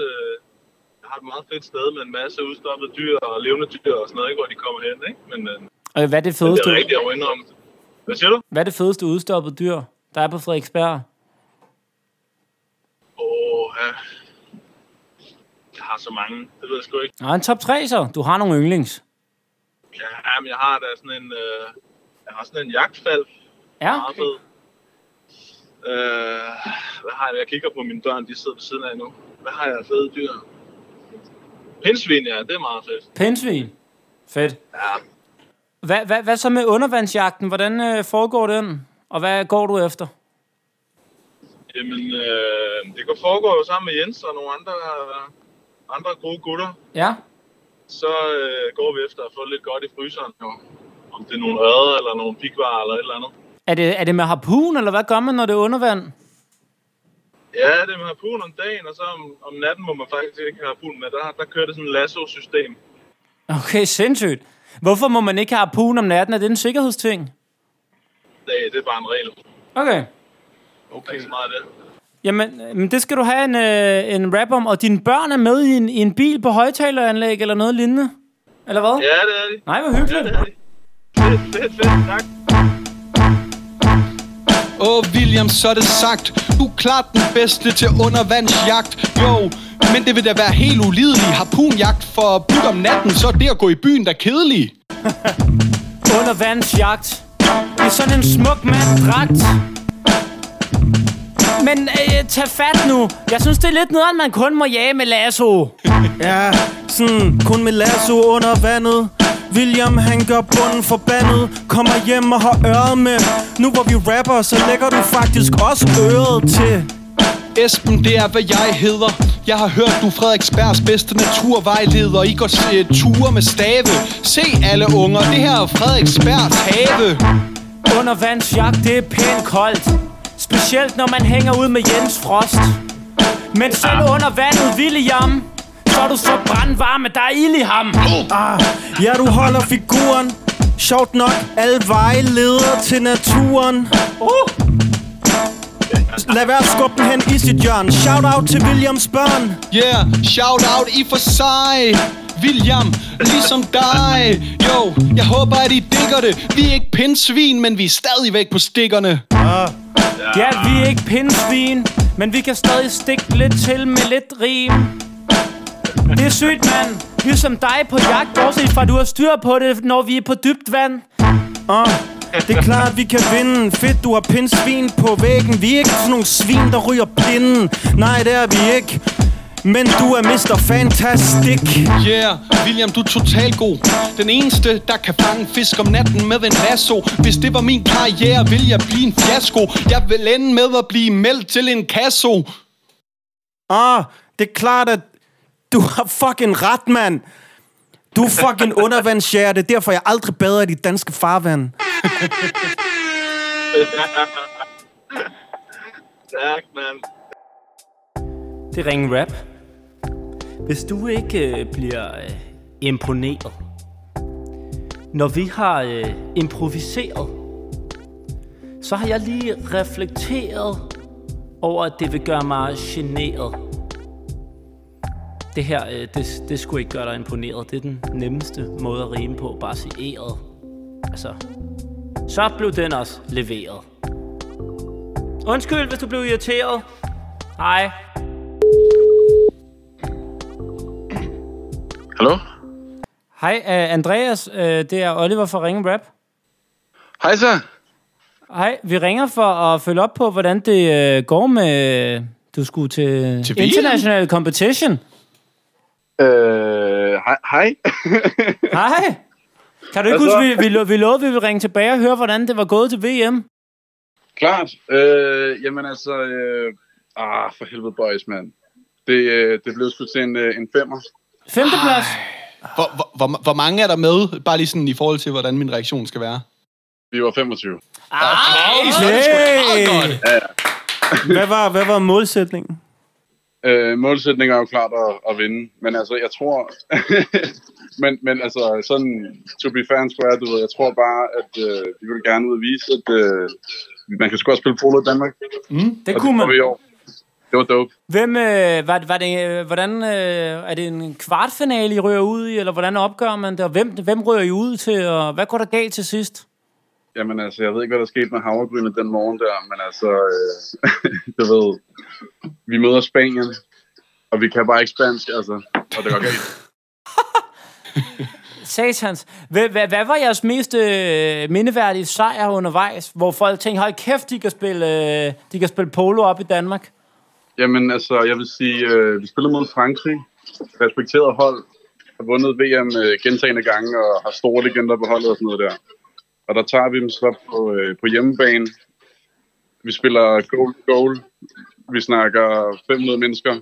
Speaker 7: Jeg har et meget fedt sted med en masse udstoppede dyr og levende dyr og sådan noget, ikke? Hvor de kommer hen, ikke? Men øh,
Speaker 3: Øh, Hvad er det
Speaker 7: det
Speaker 3: fedeste,
Speaker 7: er rigtigt at indrømme. Hvad siger du?
Speaker 3: hvad er det fedeste udstoppet dyr, der er på Frederiksberg?
Speaker 7: Åh, ja. Jeg har så mange. Det ved jeg sgu ikke.
Speaker 3: Nå, en top 3 så. Du har nogle yndlings.
Speaker 7: Ja, men jeg har da sådan en... Øh, jeg har sådan en jagtfalk.
Speaker 3: Ja,
Speaker 7: Meget fed. Øh, hvad har jeg? Jeg kigger på mine børn, de sidder ved siden af nu. Hvad har jeg af fede dyr? Pindsvin, ja, det er meget fedt.
Speaker 3: pindsvin. Fedt.
Speaker 7: Ja.
Speaker 3: Hvad, hvad, hvad så med undervandsjagten? Hvordan øh, foregår den? Og hvad går du efter?
Speaker 7: Jamen, øh, det kan foregå jo sammen med Jens og nogle andre, andre gode gutter.
Speaker 3: Ja.
Speaker 7: Så øh, går vi efter at få lidt godt i fryseren. Jo. Om det er nogle ørder eller nogle pikvarer eller et eller andet.
Speaker 3: Er det, er det med harpun, eller hvad gør man, når det er undervand?
Speaker 7: Ja, det er med harpun om dagen, og så om, om natten må man faktisk ikke have harpun med. Der, der kører det sådan et lasso-system.
Speaker 3: Okay, sindssygt. Hvorfor må man ikke have harpun om natten? Er det en sikkerhedsting?
Speaker 7: Det, det er bare en regel.
Speaker 3: Okay.
Speaker 7: Okay. Ikke så meget af det.
Speaker 3: Jamen, øh, men det skal du have en, øh, en rap om. Og dine børn er med i en, i en bil på højtaleranlæg eller noget lignende? Eller hvad?
Speaker 7: Ja, det er det.
Speaker 3: Nej, hvor hyggeligt.
Speaker 7: Fedt, fedt, fedt, tak.
Speaker 4: Åh, William, så er det sagt. Du er klart den bedste til undervandsjagt. Jo, men det vil da være helt ulidelig harpunjagt for byt om natten, så er det at gå i byen, der er kedelig.
Speaker 3: Undervandsjagt i sådan en smuk mand dragt. Men øh, tag fat nu. Jeg synes, det er lidt noget, at man kun må jage med lasso.
Speaker 2: Ja, sådan kun med lasso under vandet William han gør bunden forbandet Kommer hjem og har øret med Nu hvor vi rapper, så lægger du faktisk også øret til
Speaker 4: Esben, det er, hvad jeg hedder. Jeg har hørt, du er Frederiksbergs bedste naturvejleder. I går uh, ture med stave. Se alle unger, det her er Frederiksbergs have.
Speaker 3: Undervandsjagt, det er pænt koldt. Specielt når man hænger ud med Jens Frost. Men selv under vandet, William, så er du så brandvarme, der er ild i ham.
Speaker 2: Ja, du holder figuren Sjovt nok, alle veje leder til naturen
Speaker 3: Uh.
Speaker 2: Lad være at skubbe den hen i sit hjørne Shout out til Williams børn
Speaker 4: Yeah, shout out i for sig. William, ligesom dig. Jo, jeg håber, at I digger det. Vi er ikke pindsvin, men vi er stadigvæk på stikkerne.
Speaker 3: Ja, vi er ikke pindsvin, men vi kan stadig stikke lidt til med lidt rim. Det er sygt, mand. Ligesom dig på jagt, bortset fra at du har styr på det, når vi er på dybt vand.
Speaker 2: Åh, Ah, det er klart, vi kan vinde. Fedt, du har pindsvin på væggen. Vi er ikke sådan nogle svin, der ryger pinden. Nej, det er vi ikke. Men du er Mr. Fantastic.
Speaker 4: Yeah, William, du er totalt god. Den eneste, der kan fange fisk om natten med en lasso. Hvis det var min karriere, ville jeg blive en fiasko. Jeg vil ende med at blive meldt til en kasso.
Speaker 2: Åh, Ah, det er klart, at du har fucking ret, mand. Du er fucking undervandsjæger. Det er derfor, jeg aldrig bader i dit danske farvand.
Speaker 7: Tak, mand.
Speaker 3: Det er ringe rap. Hvis du ikke øh, bliver øh, imponeret, når vi har øh, improviseret, så har jeg lige reflekteret over, at det vil gøre mig generet. Det her, øh, det, det skulle ikke gøre dig imponeret. Det er den nemmeste måde at rime på. Bare sige æret. Altså, Så blev den også leveret. Undskyld, hvis du blev irriteret. Hej.
Speaker 8: Hallo?
Speaker 3: Hej, uh, Andreas. Uh, det er Oliver fra Ringe Rap.
Speaker 8: Hej så.
Speaker 3: Hej, vi ringer for at følge op på, hvordan det uh, går med... Du skulle til,
Speaker 4: Til VM?
Speaker 3: International Competition.
Speaker 8: Øh, hej. hej.
Speaker 3: Hej. Kan du ikke
Speaker 8: Hvad så?
Speaker 3: huske, vi, vi, lo- vi lovede, at vi ville ringe tilbage og høre, hvordan det var gået til VM?
Speaker 8: Klart. Øh, jamen altså, øh, ah, for helvede boys, mand. Det, øh, det blev sgu til en, øh, en femmer.
Speaker 3: Femteplads.
Speaker 4: Hvor, hvor, hvor, hvor mange er der med? Bare lige sådan i forhold til, hvordan min reaktion skal være.
Speaker 8: Vi var 25.
Speaker 4: Ej, så er det sgu meget
Speaker 2: Hey!
Speaker 4: godt.
Speaker 2: Hvad var, hvad var målsætningen?
Speaker 8: Øh, målsætningen er jo klart at, at vinde, men altså, jeg tror... men, men altså, sådan, to be fair and square, du ved, jeg tror bare, at øh, vi vil gerne ud og vise, at øh, man kan sgu også spille polo i Danmark.
Speaker 3: Det kunne
Speaker 8: Og gjorde
Speaker 3: man.
Speaker 8: vi i år. Det var dope.
Speaker 3: Hvem, øh, var, var det, øh, hvordan, øh, er det en kvartfinale, I rører ud i, eller hvordan opgør man det, og hvem, hvem rører I ud til, og hvad går der galt til sidst?
Speaker 8: Jamen altså, jeg ved ikke, hvad der skete med havregrynet den morgen der, men altså, øh, du ved, vi møder Spanien, og vi kan bare ikke spansk, altså, og det var galt.
Speaker 3: Satans. Hvad, hvad, hvad var jeres mest øh, mindeværdige sejr undervejs, hvor folk tænkte, hold kæft, de kan spille, øh, de kan spille polo op i Danmark?
Speaker 8: Jamen altså, jeg vil sige, øh, vi spillede mod Frankrig, respekteret hold, har vundet VM øh, gentagende gange, og har store legender på holdet og sådan noget der. Og der tager vi dem så på, øh, på hjemmebane. Vi spiller goal goal. Vi snakker 500 mennesker,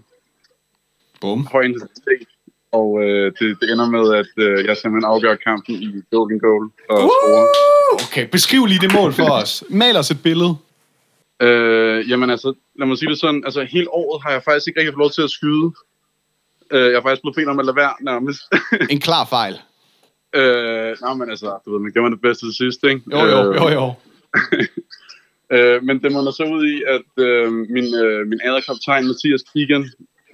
Speaker 4: Bum.
Speaker 8: høj intensitet. Og øh, det, det ender med, at øh, jeg simpelthen afgør kampen i goal and goal og uh! scorer.
Speaker 4: Okay, beskriv lige det mål for os. Mal os et billede.
Speaker 8: Øh, jamen altså, lad mig sige det sådan. Altså, hele året har jeg faktisk ikke rigtig fået lov til at skyde. Øh, jeg har faktisk blevet bedt om at lade være nærmest.
Speaker 4: En klar fejl.
Speaker 8: øh, nej, men altså, du ved, man gemmer det bedste til sidst, ikke?
Speaker 4: Jo, jo, jo, jo.
Speaker 8: Øh, men det munder så ud i, at øh, min, øh, min ærede kaptajn Mathias Kigan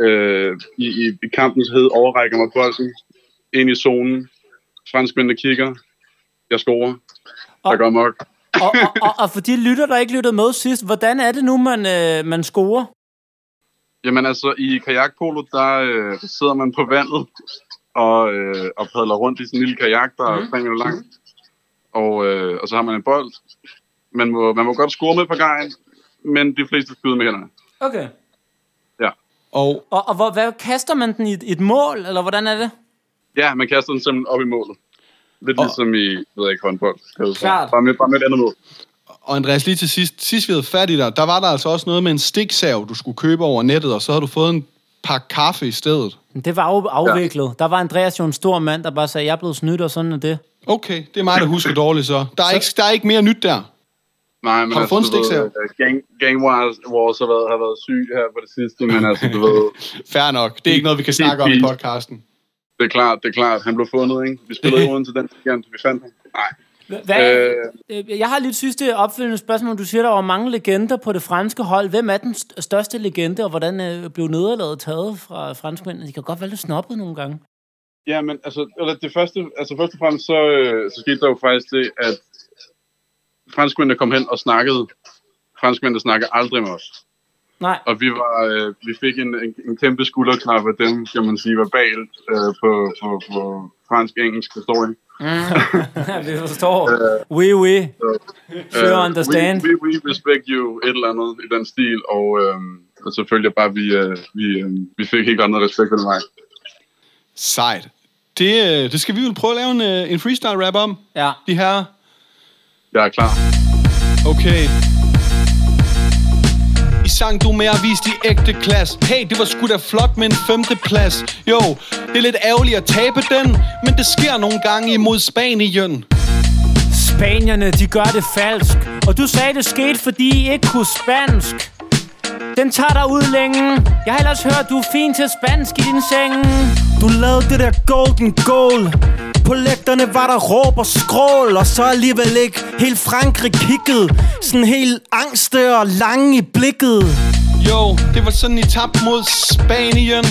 Speaker 8: øh, i, i, i kampens hed overrækker mig bolden ind i zonen. Franskmændene kigger. Jeg scorer. Der går mok.
Speaker 3: Og, og, og, og for de lytter, der ikke lyttede med sidst, hvordan er det nu, man, øh, man scorer?
Speaker 8: Jamen altså, i kajakpolo, der, øh, der sidder man på vandet og, øh, og padler rundt i sådan en lille kajak, der
Speaker 4: Mhm.
Speaker 8: er mm. meter lang. Og, øh, og så har man en bold. Man må, man må godt score med på gangen, men de fleste skyder med hænderne.
Speaker 3: Okay.
Speaker 4: Og
Speaker 3: Og, og hvor, hvad kaster man den i et, i et mål, eller hvordan er det?
Speaker 8: Ja, man kaster den simpelthen op i målet. Lidt oh. ligesom i, ved jeg ikke, håndbold.
Speaker 3: Klart.
Speaker 8: Bare med, bare med et andet mål.
Speaker 4: Og Andreas, lige til sidst, sidst vi havde fat i dig, der var der altså også noget med en stiksav, du skulle købe over nettet, og så havde du fået en pakke kaffe i stedet.
Speaker 3: Men Det var af, afviklet. Ja. Der var Andreas jo en stor mand, der bare sagde, jeg er blevet snydt og sådan og det.
Speaker 4: Okay, det er mig, der husker dårligt så. Der er, ikke, der er ikke mere nyt der.
Speaker 8: Nej, men
Speaker 4: Har du fået en
Speaker 8: du ved,
Speaker 4: stiksav?
Speaker 8: øh, gang, gang Wars, Wars har, været, har været syg her på det sidste, men altså, du ved,
Speaker 4: Fair nok. Det er ikke noget, vi kan snakke om i podcasten.
Speaker 8: det er klart, det er klart. Han blev fundet, ikke? Vi spillede i Odense den weekend, vi fandt ham. Nej.
Speaker 3: Hvad,
Speaker 8: Øh.
Speaker 3: øh. Jeg har lige et sidste opfølgende spørgsmål. Du siger, der var mange legender på det franske hold. Hvem er den st- største legende, og hvordan øh, blev nederlaget taget fra franskmændene? De kan godt være lidt snobbet nogle gange.
Speaker 8: Ja, men altså, eller det første, altså først og fremmest, så, øh, så skete der jo faktisk det, at franskmændene kom hen og snakkede. Franskmændene snakkede aldrig med os.
Speaker 3: Nej,
Speaker 8: Og vi, var, øh, vi fik en, en, en kæmpe skulderklap af dem, kan man sige, verbalt øh, på, på, på fransk-engelsk historie.
Speaker 3: vi forstår.
Speaker 8: Øh.
Speaker 3: Oui, oui. Sure understand.
Speaker 8: We, we, we respect you, et eller andet i den stil, og, øh, og selvfølgelig bare, vi, øh, vi, øh, vi fik helt andet respekt end mig.
Speaker 4: Sejt. Det, øh, det skal vi jo prøve at lave en, øh, en freestyle rap om,
Speaker 3: Ja.
Speaker 4: de her.
Speaker 8: Jeg er klar.
Speaker 4: Okay. I sang du med at vise de ægte klasse Hey, det var sgu da flot med en femte plads Jo, det er lidt ærgerligt at tabe den Men det sker nogle gange imod Spanien
Speaker 3: Spanierne, de gør det falsk. Og du sagde, det skete, fordi I ikke kunne spansk. Den tager dig ud længe. Jeg har ellers hørt, du er fin til spansk i din seng.
Speaker 2: Du lavede det der golden goal På lægterne var der råb og skrål Og så alligevel ikke helt Frankrig kigget Sådan helt angste og lang i blikket
Speaker 4: Jo, det var sådan I tabte mod Spanien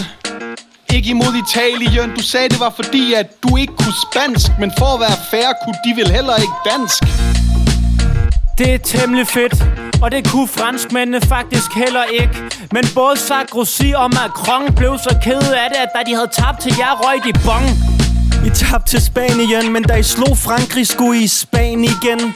Speaker 4: Ikke imod Italien Du sagde det var fordi, at du ikke kunne spansk Men for at være fair, kunne de vel heller ikke dansk
Speaker 3: Det er temmelig fedt, og det kunne franskmændene faktisk heller ikke. Men både Sarkozy og Macron blev så kede af det, at da de havde tabt til jer, røg de bong.
Speaker 2: I tabte til Spanien, men da I slog Frankrig, skulle I i Spanien igen.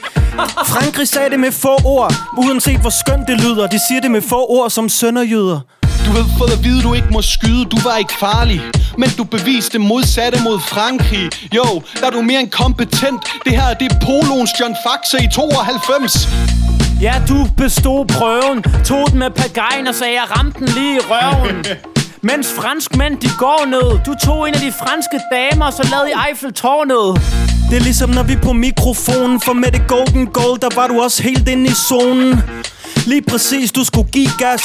Speaker 2: Frankrig sagde det med få ord, uanset hvor skønt det lyder. De siger det med få ord som sønderjyder.
Speaker 4: Du havde fået at vide, du ikke må skyde, du var ikke farlig Men du beviste det modsatte mod Frankrig Jo, der er du mere end kompetent Det her, det er Polons John Faxe i 92
Speaker 3: Ja, du bestod prøven, tog den med pagajen og sagde, jeg ramte den lige i røven. Mens franskmænd, de går ned. Du tog en af de franske damer, og så lavede I Eiffeltårnet.
Speaker 2: Det er ligesom når vi på mikrofonen For med det golden goal, der var du også helt inde i zonen Lige præcis, du skulle give gas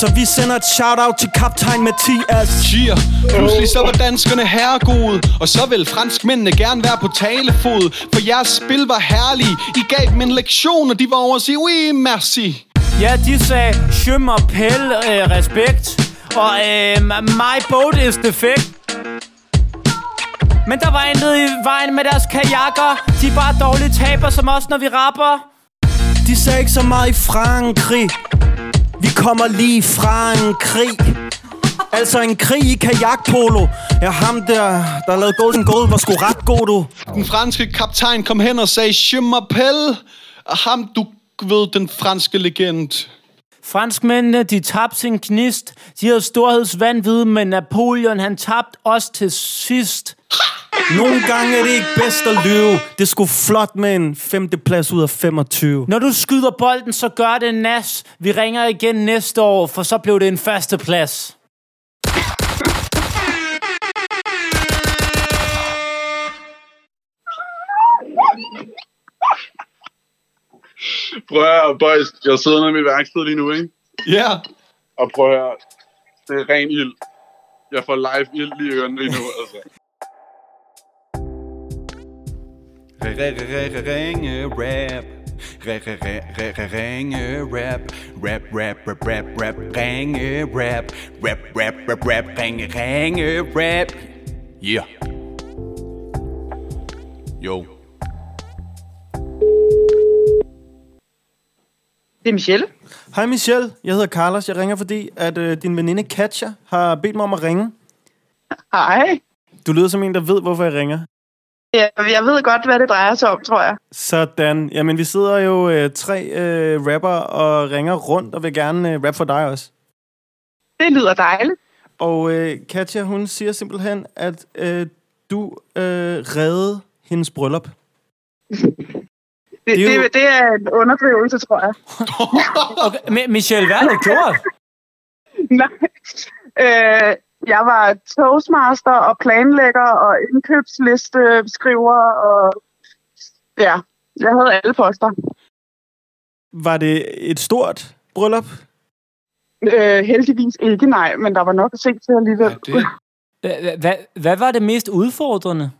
Speaker 2: Så vi sender et shout-out til kaptajn Mathias
Speaker 4: Cheer Pludselig så var danskerne herregode Og så ville franskmændene gerne være på talefod For jeres spil var herlige I gav dem en lektion, og de var over at sige Oui, merci
Speaker 3: Ja, de sagde, je m'appelle, øh, respekt. Og øh, m- my boat is defect. Men der var intet i vejen med deres kajakker. De er bare dårlige taber som os, når vi rapper.
Speaker 2: De sagde ikke så meget i Frankrig Vi kommer lige fra en krig Altså en krig i kajakpolo Ja, ham der, der lavede golden goal, var sgu ret god du
Speaker 4: Den franske kaptajn kom hen og sagde Je m'appelle Ham, du ved, den franske legend
Speaker 3: Franskmændene, de tabte sin knist. De havde storhedsvandvid, men Napoleon, han tabte os til sidst.
Speaker 2: Nogle gange er det ikke bedst at lyve Det skulle flot med en femteplads ud af 25
Speaker 3: Når du skyder bolden, så gør det en nas. Vi ringer igen næste år, for så blev det en førsteplads.
Speaker 9: Prøv at høre, boys. Jeg sidder nede i mit værksted lige nu, ikke?
Speaker 4: Ja yeah.
Speaker 9: Og prøv at høre, det er ren ild. Jeg får live ild lige i ørerne lige nu, altså.
Speaker 10: Ringe rap. Ringe rap. Rap, rap, rap, rap, rap. Ringe rap. Rap, rap, rap, rap. Ringe, ringe rap. Yeah. Jo.
Speaker 8: Det er Michelle.
Speaker 2: Hej Michelle, jeg hedder Carlos. Jeg ringer fordi, at øh, din veninde Katja har bedt mig om at ringe.
Speaker 8: Hej.
Speaker 2: Du lyder som en, der ved, hvorfor jeg ringer.
Speaker 8: Ja, jeg ved godt, hvad det drejer sig om, tror jeg.
Speaker 2: Sådan. Jamen, vi sidder jo øh, tre øh, rapper og ringer rundt, og vil gerne øh, rap for dig også.
Speaker 8: Det lyder dejligt.
Speaker 2: Og øh, Katja, hun siger simpelthen, at øh, du øh, reddede hendes bryllup.
Speaker 8: Det,
Speaker 2: Det
Speaker 8: det,
Speaker 2: er jo-
Speaker 8: det, det er en underdrivelse, tror jeg.
Speaker 3: Okay, Mi- Michelle, hvad har du gjort?
Speaker 8: Nej. Øh, jeg var toastmaster og planlægger og indkøbslisteskriver og... Ja, jeg havde alle poster.
Speaker 2: Var det et stort bryllup?
Speaker 8: Øh, heldigvis ikke, nej, men der var nok at se til alligevel.
Speaker 4: Ja, det,
Speaker 3: Hva- hva- Hvad var det mest udfordrende?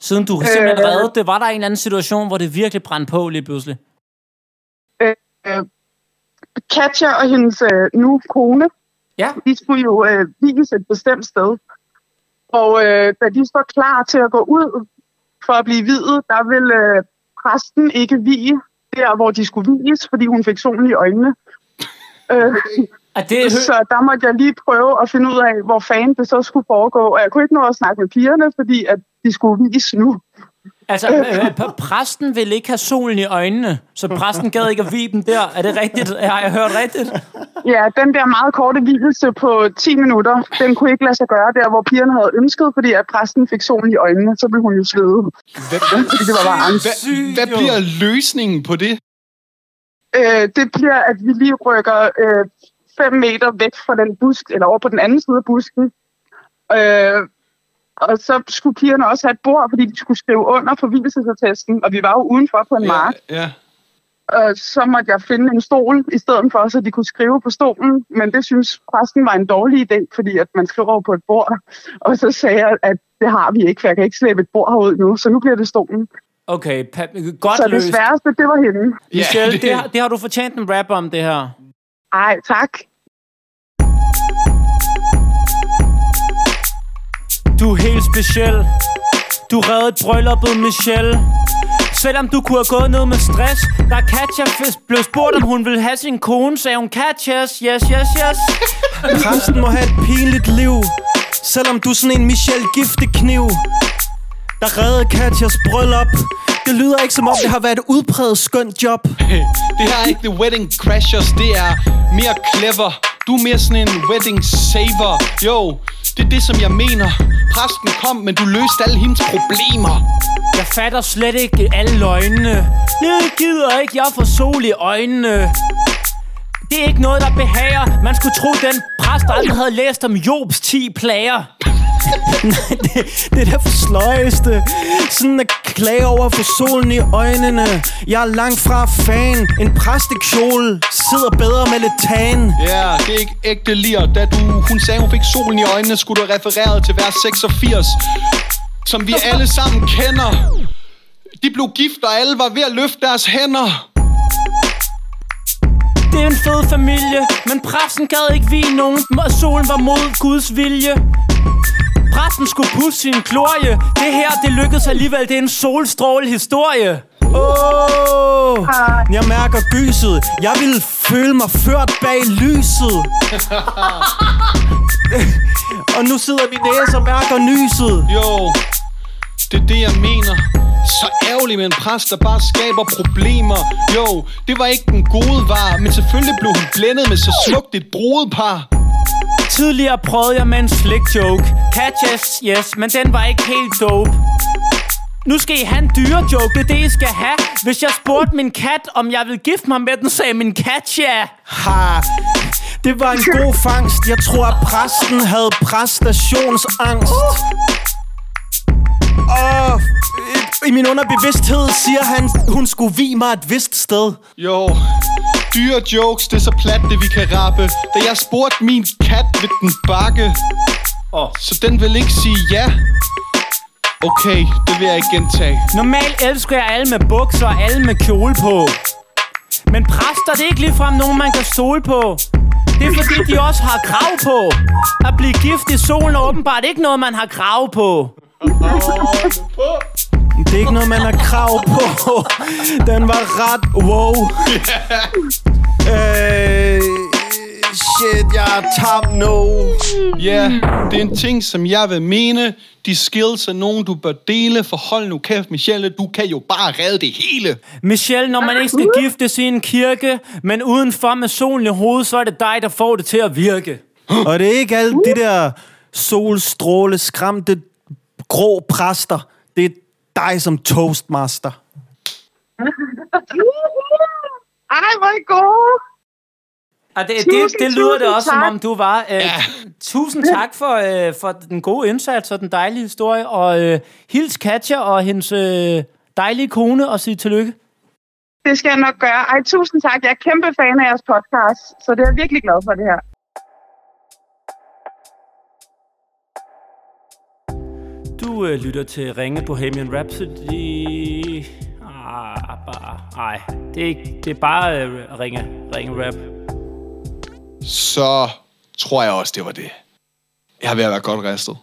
Speaker 3: Siden du simpelthen
Speaker 8: Øh.
Speaker 3: reddede det, var der en eller anden situation, hvor det virkelig brændte på lige pludselig.
Speaker 8: Katja og hendes øh, nu kone,
Speaker 3: Ja.
Speaker 8: de skulle jo øh, viges et bestemt sted. Og øh, da de står klar til at gå ud for at blive videt, der vil øh, præsten ikke vige der, hvor de skulle viges, fordi hun fik solen i øjnene. Øh,
Speaker 3: At det,
Speaker 8: så der måtte jeg lige prøve at finde ud af, hvor fanden det så skulle foregå. Og jeg kunne ikke nå at snakke med pigerne, fordi at de skulle viges nu.
Speaker 3: altså, øh, p- præsten ville ikke have solen i øjnene, så præsten gad ikke at vide dem der. Er det rigtigt? Har jeg hørt rigtigt?
Speaker 8: Ja, den der meget korte hvilelse på 10 minutter, den kunne ikke lade sig gøre der, hvor pigerne havde ønsket, fordi at præsten fik solen i øjnene, så blev hun jo svede,
Speaker 4: hvad,
Speaker 8: fordi det var varmt.
Speaker 4: hvad, hvad bliver løsningen på det?
Speaker 8: Øh, det bliver, at vi lige rykker 5 meter væk fra den busk, eller over på den anden side af busken. Øh, og så skulle pigerne også have et bord, fordi de skulle skrive under for hvilelsesattesten, og vi var jo udenfor på en mark.
Speaker 4: Ja, ja.
Speaker 8: Og Øh, så måtte jeg finde en stol i stedet for, så de kunne skrive på stolen. Men det synes præsten var en dårlig idé, fordi at man skriver jo på et bord. Og så sagde jeg, at det har vi ikke, for jeg kan ikke slæbe et bord herud nu, så nu bliver det stolen.
Speaker 3: Okay, pa- godt
Speaker 8: Så det
Speaker 3: løst.
Speaker 8: sværeste, det var hende.
Speaker 3: Michelle,
Speaker 4: det-
Speaker 3: det, har- det har du fortjent en rap om, det her.
Speaker 8: Ej, tak.
Speaker 3: Du er helt speciel. Du reddede brylluppet, Michelle. Selvom du kunne have gået ned med stress Da Katja f- blev spurgt, om hun ville have sin kone Sagde hun Katjas, yes, yes, yes
Speaker 2: Præsten må have et pinligt liv Selvom du er sådan en Michel Giftekniv Der redde Katjas bryllup Det lyder ikke som om det har været et udpræget skønt job
Speaker 4: Det her er ikke The Wedding Crashers, det er mere clever. Du er mere sådan en wedding saver. Jo, det er det, som jeg mener. Præsten kom, men du løste alle hendes problemer.
Speaker 3: Jeg fatter slet ikke alle løgnene Jeg gider ikke, jeg får sol i øjnene Det er ikke noget, der behager Man skulle tro, den præst aldrig havde læst om Jobs 10 plager
Speaker 2: Nej, det, det er da for sløjeste Sådan at klage over for solen i øjnene Jeg er langt fra fan En præstekjole sidder bedre med lidt tan
Speaker 4: Ja, yeah, det er ikke ægte lir. Da du, hun sagde, hun fik solen i øjnene, skulle du have refereret til vers 86, som vi alle sammen kender. De blev gift, og alle var ved at løfte deres hænder.
Speaker 3: Det er en fed familie Men præsten gad ikke vige nogen og Solen var mod Guds vilje Præsten skulle pusse sin glorie Det her, det lykkedes alligevel Det er en solstråle historie
Speaker 2: Åh, oh, jeg mærker gyset Jeg ville føle mig ført bag lyset Og nu sidder min næse og mærker nyset
Speaker 4: Jo, det er det, jeg mener. Så ærgerligt med en præst, der bare skaber problemer. Jo, det var ikke den gode var, men selvfølgelig blev hun blændet med så smukt et brudepar.
Speaker 3: Tidligere prøvede jeg med en slick joke Catches, yes, men den var ikke helt dope nu skal I have en dyre joke, det er det, I skal have. Hvis jeg spurgte min kat, om jeg ville gifte mig med den, sagde min kat ja.
Speaker 2: Ha, det var en god fangst Jeg tror, at præsten havde præstationsangst Og i- i min underbevidsthed siger han, hun skulle vi mig et vist sted
Speaker 4: Jo, dyre jokes, det er så plat, det vi kan rappe. Da jeg spurgte min kat ved den bakke, oh. så den vil ikke sige ja. Okay, det vil jeg ikke gentage.
Speaker 3: Normalt elsker jeg alle med bukser og alle med kjole på. Men præster, det er ikke ligefrem nogen, man kan stole på. Det er fordi, de også har krav på. At blive gift i solen er åbenbart ikke noget, man har krav på.
Speaker 2: Det er ikke noget, man har krav på. Den var ret wow. Øh, shit, jeg er tam nu.
Speaker 4: Ja, yeah, det er en ting, som jeg vil mene. De skills er nogen, du bør dele. For hold nu kæft, Michelle, du kan jo bare redde det hele.
Speaker 3: Michelle, når man ikke skal giftes i en kirke, men udenfor med solen i hovedet, så er det dig, der får det til at virke.
Speaker 2: Og det er ikke alle de der solstråle skræmte grå præster. Det er dig som toastmaster.
Speaker 11: Ej, hvor er I gode.
Speaker 3: Og det, det,
Speaker 11: Tusind,
Speaker 3: det lyder det
Speaker 11: tusind
Speaker 3: også,
Speaker 11: tak.
Speaker 3: som om du var. Øh, ja. Tusind tak for, øh, for den gode indsats og den dejlige historie. Og øh, hils Katja og hendes øh, dejlige kone og sige tillykke.
Speaker 11: Det skal jeg nok gøre. Ej, tusind tak. Jeg er kæmpe fan af jeres podcast, så det er jeg virkelig glad for det her.
Speaker 3: Du øh, lytter til Ringe Bohemian Rhapsody. Ah, bare, ej, det er, ikke, det er bare øh, ringe, ringe rap.
Speaker 4: Så tror jeg også, det var det. Jeg har ved at være godt restet.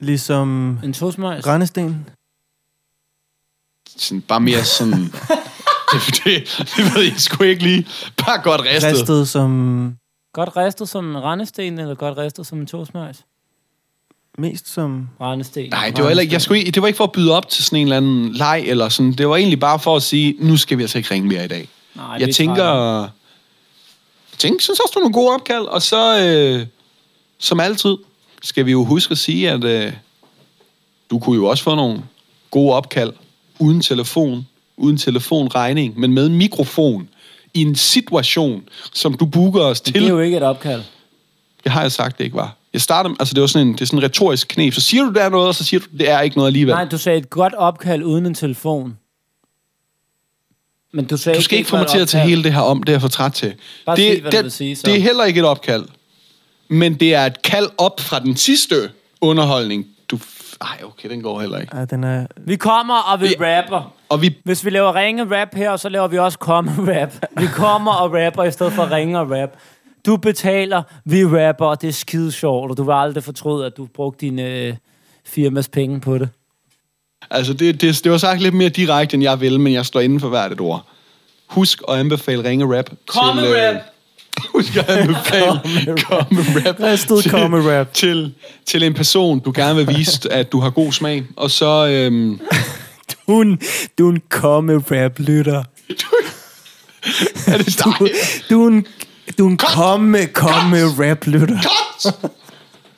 Speaker 2: Ligesom
Speaker 3: en toastmajs.
Speaker 2: Rendesten.
Speaker 4: Sådan, bare mere sådan... det, det, det ved jeg sgu ikke lige. Bare godt restet.
Speaker 2: Restet som...
Speaker 3: Godt ristet som en rendesten, eller godt ristet som en toastmajs?
Speaker 2: Mest som...
Speaker 3: Rendesten.
Speaker 4: Nej, det var, heller ikke, jeg skulle, ikke- det var ikke for at byde op til sådan en eller anden leg, eller sådan. Det var egentlig bare for at sige, nu skal vi altså ikke ringe mere i dag.
Speaker 3: Nej,
Speaker 4: Ej, jeg
Speaker 3: vi
Speaker 4: tænker...
Speaker 3: trækker.
Speaker 4: Jeg tænker, synes også, du er nogle gode opkald. Og så, øh, som altid, skal vi jo huske at sige, at øh, du kunne jo også få nogle gode opkald uden telefon, uden telefonregning, men med mikrofon i en situation, som du booker os til.
Speaker 3: Det er jo ikke et opkald.
Speaker 4: Det har jeg sagt, det ikke var. Jeg starter, altså det var sådan en, det er sådan en retorisk knep. Så siger du, der er noget, og så siger du, det er ikke noget alligevel.
Speaker 3: Nej, du sagde et godt opkald uden en telefon. Men du sagde
Speaker 4: Du skal ikke få mig
Speaker 3: var et
Speaker 4: til at tage
Speaker 3: opkald.
Speaker 4: hele det her om, det er jeg for træt til.
Speaker 3: Bare
Speaker 4: det,
Speaker 3: sig, hvad du
Speaker 4: det,
Speaker 3: vil sige, så.
Speaker 4: det er heller ikke et opkald. Men det er et kald op fra den sidste underholdning. Du, f- ej, okay, den går heller ikke.
Speaker 2: Ja, den er...
Speaker 3: Vi kommer, og vi rapper.
Speaker 4: Og vi...
Speaker 3: Hvis vi laver ringe rap her, så laver vi også komme rap. Vi kommer og rapper i stedet for ringe og rap. Du betaler, vi rapper, og det er skide sjovt, og du vil aldrig fortryde, at du brugte dine øh, firmas penge på det.
Speaker 4: Altså, det, det, det var sagt lidt mere direkte, end jeg vil, men jeg står inden for hvert et ord. Husk at anbefale Ringe Rap
Speaker 3: Komme
Speaker 4: til... øh,
Speaker 3: rap!
Speaker 4: Husk at anbefale Komme Rap,
Speaker 2: Ristet Komme Rap.
Speaker 4: Til, til en person, du gerne vil vise, at du har god smag. Og så... Øhm,
Speaker 2: Du er en, du er en komme rap lytter.
Speaker 4: er det dig?
Speaker 2: Du er en, du er en komme, komme rap lytter.
Speaker 4: Cut!